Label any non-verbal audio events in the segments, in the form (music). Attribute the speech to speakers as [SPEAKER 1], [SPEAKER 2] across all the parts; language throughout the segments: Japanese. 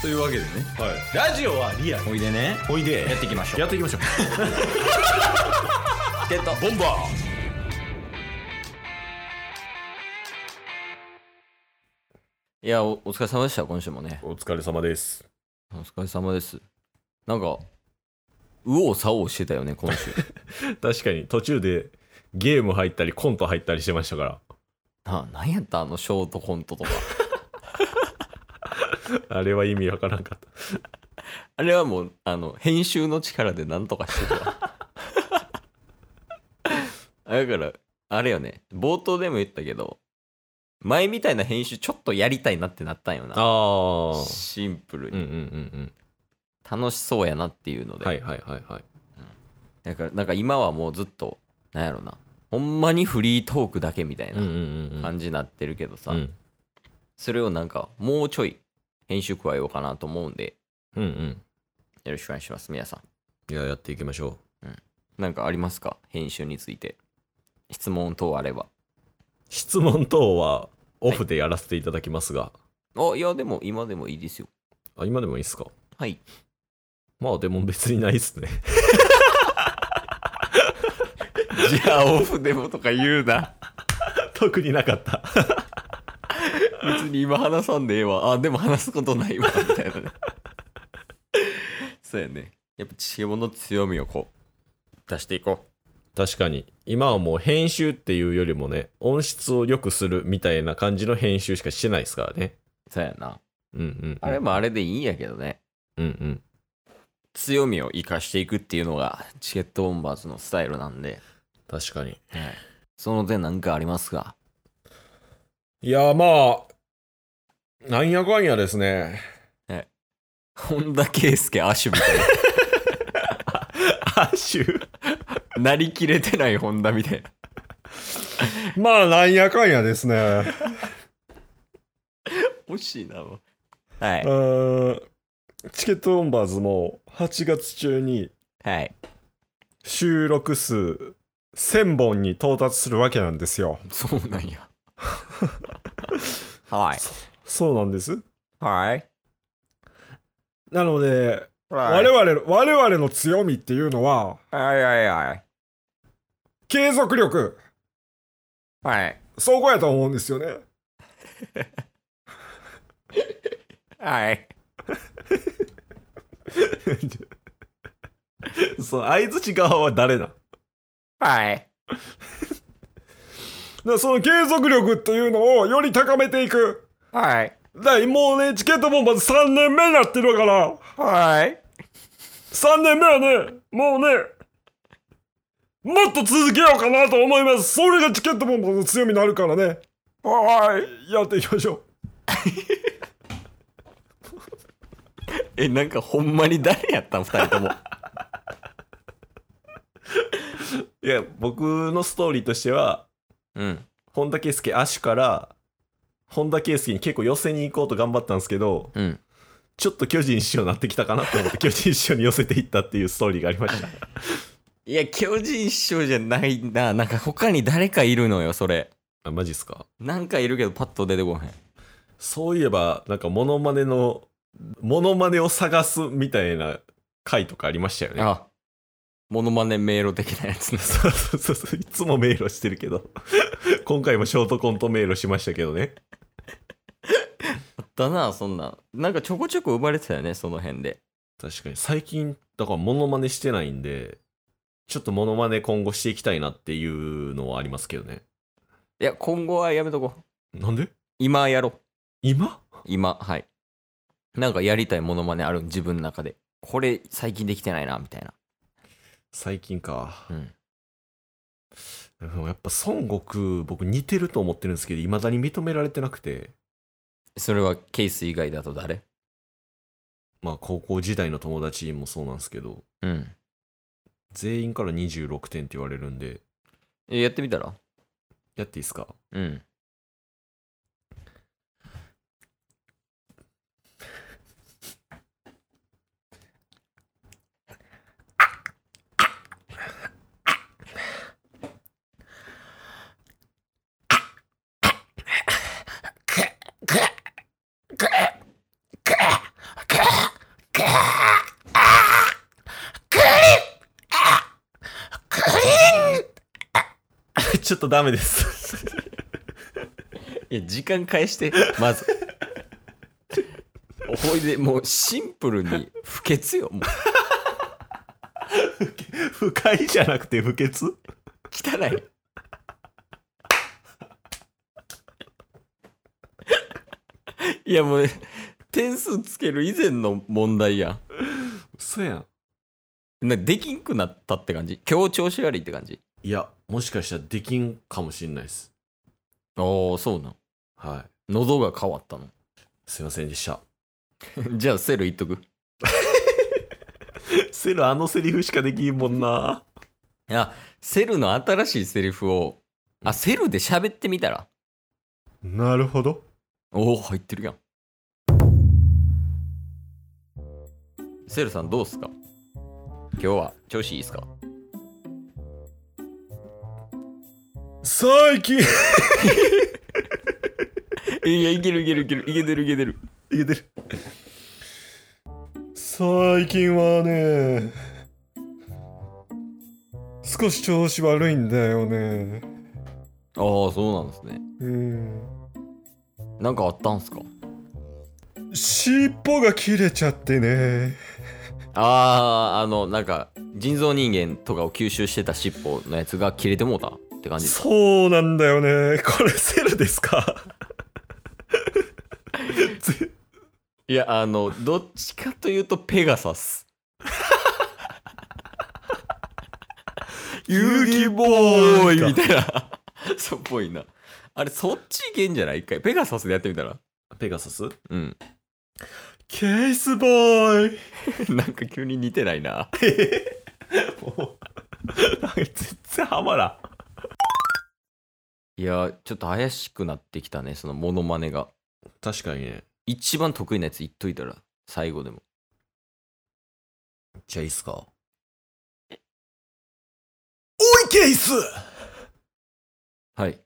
[SPEAKER 1] というわけでね
[SPEAKER 2] はい、ラジオはリアル
[SPEAKER 1] おいでね
[SPEAKER 2] おいで
[SPEAKER 1] やっていきましょう
[SPEAKER 2] やっていきましょう
[SPEAKER 1] てた
[SPEAKER 2] ボンバ
[SPEAKER 1] いやおお疲れ様でした今週もね
[SPEAKER 2] ーお疲れ様です
[SPEAKER 1] お疲れ様ですなんか右往左往してたよね今 (laughs) 週
[SPEAKER 2] 確かに途中でゲーム入ったりコント入ったりしてましたから
[SPEAKER 1] な何やったあのショートコントとか
[SPEAKER 2] あれは意味わからんかっ
[SPEAKER 1] あれはもうあの編集の力でなんとかしてたわ (laughs) あだからあれよね冒頭でも言ったけど前みたいな編集ちょっとやりたいなってなったんよ
[SPEAKER 2] た
[SPEAKER 1] な
[SPEAKER 2] あ
[SPEAKER 1] シンプル
[SPEAKER 2] うん
[SPEAKER 1] に
[SPEAKER 2] うんうん
[SPEAKER 1] 楽しそうやなっていうの
[SPEAKER 2] う
[SPEAKER 1] で、
[SPEAKER 2] んはいはいはいはい
[SPEAKER 1] だからなんか今はもうずっとなんやろなほんまにフリートークだけみたいな
[SPEAKER 2] うん
[SPEAKER 1] 感じになってるけどさ、
[SPEAKER 2] うん
[SPEAKER 1] それをなんかもうちょい編集加えようかなと思うんで
[SPEAKER 2] うんうん
[SPEAKER 1] よろしくお願いします皆さ
[SPEAKER 2] いややっていきましょうん
[SPEAKER 1] なんかありますか編集について質問等あれば
[SPEAKER 2] 質問等はオフでやらせていただきますが、
[SPEAKER 1] あいやでも今でもいいですよ
[SPEAKER 2] あ今でもいいですか
[SPEAKER 1] はい
[SPEAKER 2] まあでも別にないっすね
[SPEAKER 1] (laughs)
[SPEAKER 2] (laughs)
[SPEAKER 1] じゃあオフでもとか言うな
[SPEAKER 2] 特になかった
[SPEAKER 1] 別に今話さんでええわあでも話すことないわみたいなねそうやねやっぱ知恵者の強みをこう出していこ
[SPEAKER 2] 確かに今はもう編集っていうよりもね音質を良くするみたいな感じの編集しかしてないですからね
[SPEAKER 1] うそうやな
[SPEAKER 2] うんうん
[SPEAKER 1] あれもあれでいいんやけどね
[SPEAKER 2] うんうん
[SPEAKER 1] 強みを生かしていくっていうのがチケットボンバーズのスタイルなんで
[SPEAKER 2] 確かに
[SPEAKER 1] その点何かありますか
[SPEAKER 2] いやまあなんやかんやですね
[SPEAKER 1] 本田圭佑亜種みたい
[SPEAKER 2] 亜種
[SPEAKER 1] ななりきれてない本田みたいな
[SPEAKER 2] まあなんやかんやですね
[SPEAKER 1] 惜しいなもう
[SPEAKER 2] う
[SPEAKER 1] はい
[SPEAKER 2] ーんチケットオンバーズも8月中に
[SPEAKER 1] はい
[SPEAKER 2] 収録数1000本に到達するわけなんですよ
[SPEAKER 1] そうなん (laughs) やはい
[SPEAKER 2] そうなんです
[SPEAKER 1] はい
[SPEAKER 2] なので、
[SPEAKER 1] は
[SPEAKER 2] 我
[SPEAKER 1] い
[SPEAKER 2] 々の我々の強みっていうのは
[SPEAKER 1] はいはいはい
[SPEAKER 2] 継続力
[SPEAKER 1] はい
[SPEAKER 2] そこやと思うんですよね
[SPEAKER 1] はい
[SPEAKER 2] そう相づち側は誰なだか
[SPEAKER 1] はい
[SPEAKER 2] らその継続力っていうのをより高めていく
[SPEAKER 1] はい
[SPEAKER 2] だからもうねチケットボンバーズ3年目になってるから
[SPEAKER 1] はい
[SPEAKER 2] 3年目はねもうねもっと続けようかなと思いますそれがチケットボンバーズの強みになるからねはいやっていきましょう
[SPEAKER 1] えなんかほんまに誰やったん2人とも
[SPEAKER 2] いや僕のストーリーとしては
[SPEAKER 1] (laughs) うん
[SPEAKER 2] 本田圭佑亜種から本田圭佑に結構寄せに行こうと頑張ったんですけど
[SPEAKER 1] うん
[SPEAKER 2] ちょっと巨人師匠になってきたかなと思って巨人師匠に寄せていったっていうストーリーがありました
[SPEAKER 1] いや巨人師匠じゃないななんか他に誰かいるのよそれ
[SPEAKER 2] (laughs) あマジっすか
[SPEAKER 1] なんかいるけどパッと出てこへん
[SPEAKER 2] そういえばなんかモノマネのモノマネを探すみたいな回とかありましたよね
[SPEAKER 1] あモノマネ迷路的なやつね
[SPEAKER 2] そうそうそうそういつも迷路してるけど (laughs) 今回もショートコント迷路しましたけどね
[SPEAKER 1] あったなそんなんなんかちょこちょこ生まれてたよねその辺で
[SPEAKER 2] 確かに最近だからモノマネしてないんでちょっとモノマネ今後していきたいなっていうのはありますけどね
[SPEAKER 1] いや今後はやめとこう
[SPEAKER 2] なんで
[SPEAKER 1] 今やろう
[SPEAKER 2] 今
[SPEAKER 1] 今はいなんかやりたいモノマネある自分の中でこれ最近できてないなみたいな
[SPEAKER 2] 最近か
[SPEAKER 1] うん
[SPEAKER 2] でもやっぱ孫悟空僕似てると思ってるんですけどいまだに認められてなくて
[SPEAKER 1] それはケース以外だと誰
[SPEAKER 2] まあ高校時代の友達もそうなんですけど
[SPEAKER 1] うん
[SPEAKER 2] 全員から26点って言われるんで
[SPEAKER 1] えやってみたら
[SPEAKER 2] やっていいですか
[SPEAKER 1] うん
[SPEAKER 3] くっくっくっ
[SPEAKER 2] (laughs) ちょっとダメです。 (laughs)
[SPEAKER 1] いや、時間返して、まず。 (laughs) 思い出、もうシンプルに不潔よ。もう
[SPEAKER 2] 不快じゃなくて不潔
[SPEAKER 1] 汚い。いや、もう、点数つける以前の問題や
[SPEAKER 2] 嘘やん。
[SPEAKER 1] ん。なできんくなったって感じ今日調子悪いって感じ
[SPEAKER 2] いや、もしかしたらできんかもしんないです。
[SPEAKER 1] ああ、そうなん。
[SPEAKER 2] はい。
[SPEAKER 1] 喉が変わったの。 (laughs)
[SPEAKER 2] すいませんでした。
[SPEAKER 1] じゃあ、セル言っとく。
[SPEAKER 2] (laughs) セルあのセリフしかできんもんな。
[SPEAKER 1] あ、セルの新しいセリフを、あ、セルで喋ってみたら。
[SPEAKER 4] なるほど。
[SPEAKER 1] おお、入ってるやん。セルさん、どうっすか今日は調子いいっすか
[SPEAKER 4] 最近、
[SPEAKER 1] (laughs) いや、いけるいけるいける、いけてるいけてる。
[SPEAKER 2] いけてる。
[SPEAKER 4] 最近はね、少し調子悪いんだよね。
[SPEAKER 1] ああ、そうなんですね。
[SPEAKER 4] うん。
[SPEAKER 1] なんかあったんすか
[SPEAKER 4] 尻尾が切れちゃってね。
[SPEAKER 1] ああ、あの、なんか、人造人間とかを吸収してた尻尾のやつが切れてもうたって感じです。
[SPEAKER 4] そうなんだよね。
[SPEAKER 2] これセルです (laughs) かぜ
[SPEAKER 1] いや、あの、どっちかというと、ペガサス。
[SPEAKER 2] 遊戯ボ
[SPEAKER 1] お
[SPEAKER 2] ー
[SPEAKER 1] ー
[SPEAKER 2] イ
[SPEAKER 1] いみ
[SPEAKER 2] みたい
[SPEAKER 1] たいな。 (laughs) そうっぽいな。あれ、そっちいけんじゃない一回。ペガサスでやってみたら。
[SPEAKER 2] な。ペガサス
[SPEAKER 1] うん。 (laughs)
[SPEAKER 2] ケースボーイ
[SPEAKER 1] なんか急に似てないな。
[SPEAKER 2] もうなんか全然ハマら
[SPEAKER 1] いや、ちょっと怪しくなってきたね、そのモノマネが。
[SPEAKER 2] ん。確かにね。
[SPEAKER 1] 一番得意なやつ言っといたら、最後でも。
[SPEAKER 2] じゃあいいっすかおいケース
[SPEAKER 1] はい。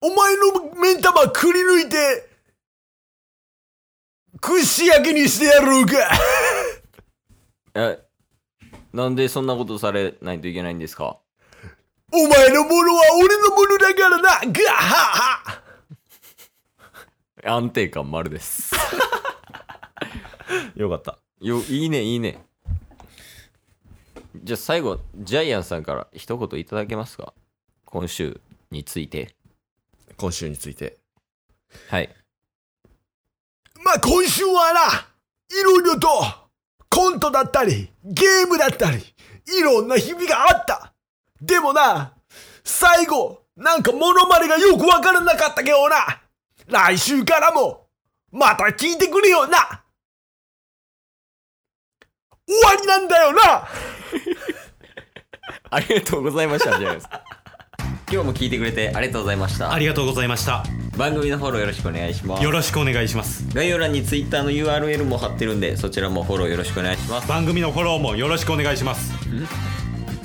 [SPEAKER 2] お前の目ん玉くり抜いて、串焼きにしてやろうか
[SPEAKER 1] え、なんでそんなことされないといけないんですか
[SPEAKER 2] お前のものは俺のものだからなガハハ
[SPEAKER 1] 安定感丸です。
[SPEAKER 2] よかった。
[SPEAKER 1] よ、いいね、いいね。じゃあ最後、ジャイアンさんから一言いただけますか今週について。
[SPEAKER 2] 今週について。
[SPEAKER 1] はい。
[SPEAKER 2] まあ今週はな、いろいろと、コントだったり、ゲームだったり、いろんな日々があった。でもな、最後、なんかモノマネがよくわからなかったけどな、来週からも、また聞いてくれよな終わりなんだよな
[SPEAKER 1] ありがとうございました、ジャイアンさん。 (laughs) 今日も聞いてくれてありがとうございました
[SPEAKER 5] あ。りがとうございました。
[SPEAKER 1] 番組のフォローよろしくお願いします
[SPEAKER 5] よ。ろしくお願いします。
[SPEAKER 1] 概要欄に Twitter の URL も貼ってるんで、そちらもフォローよろしくお願いします。
[SPEAKER 5] 番組のフォローもよろしくお願いします。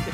[SPEAKER 5] す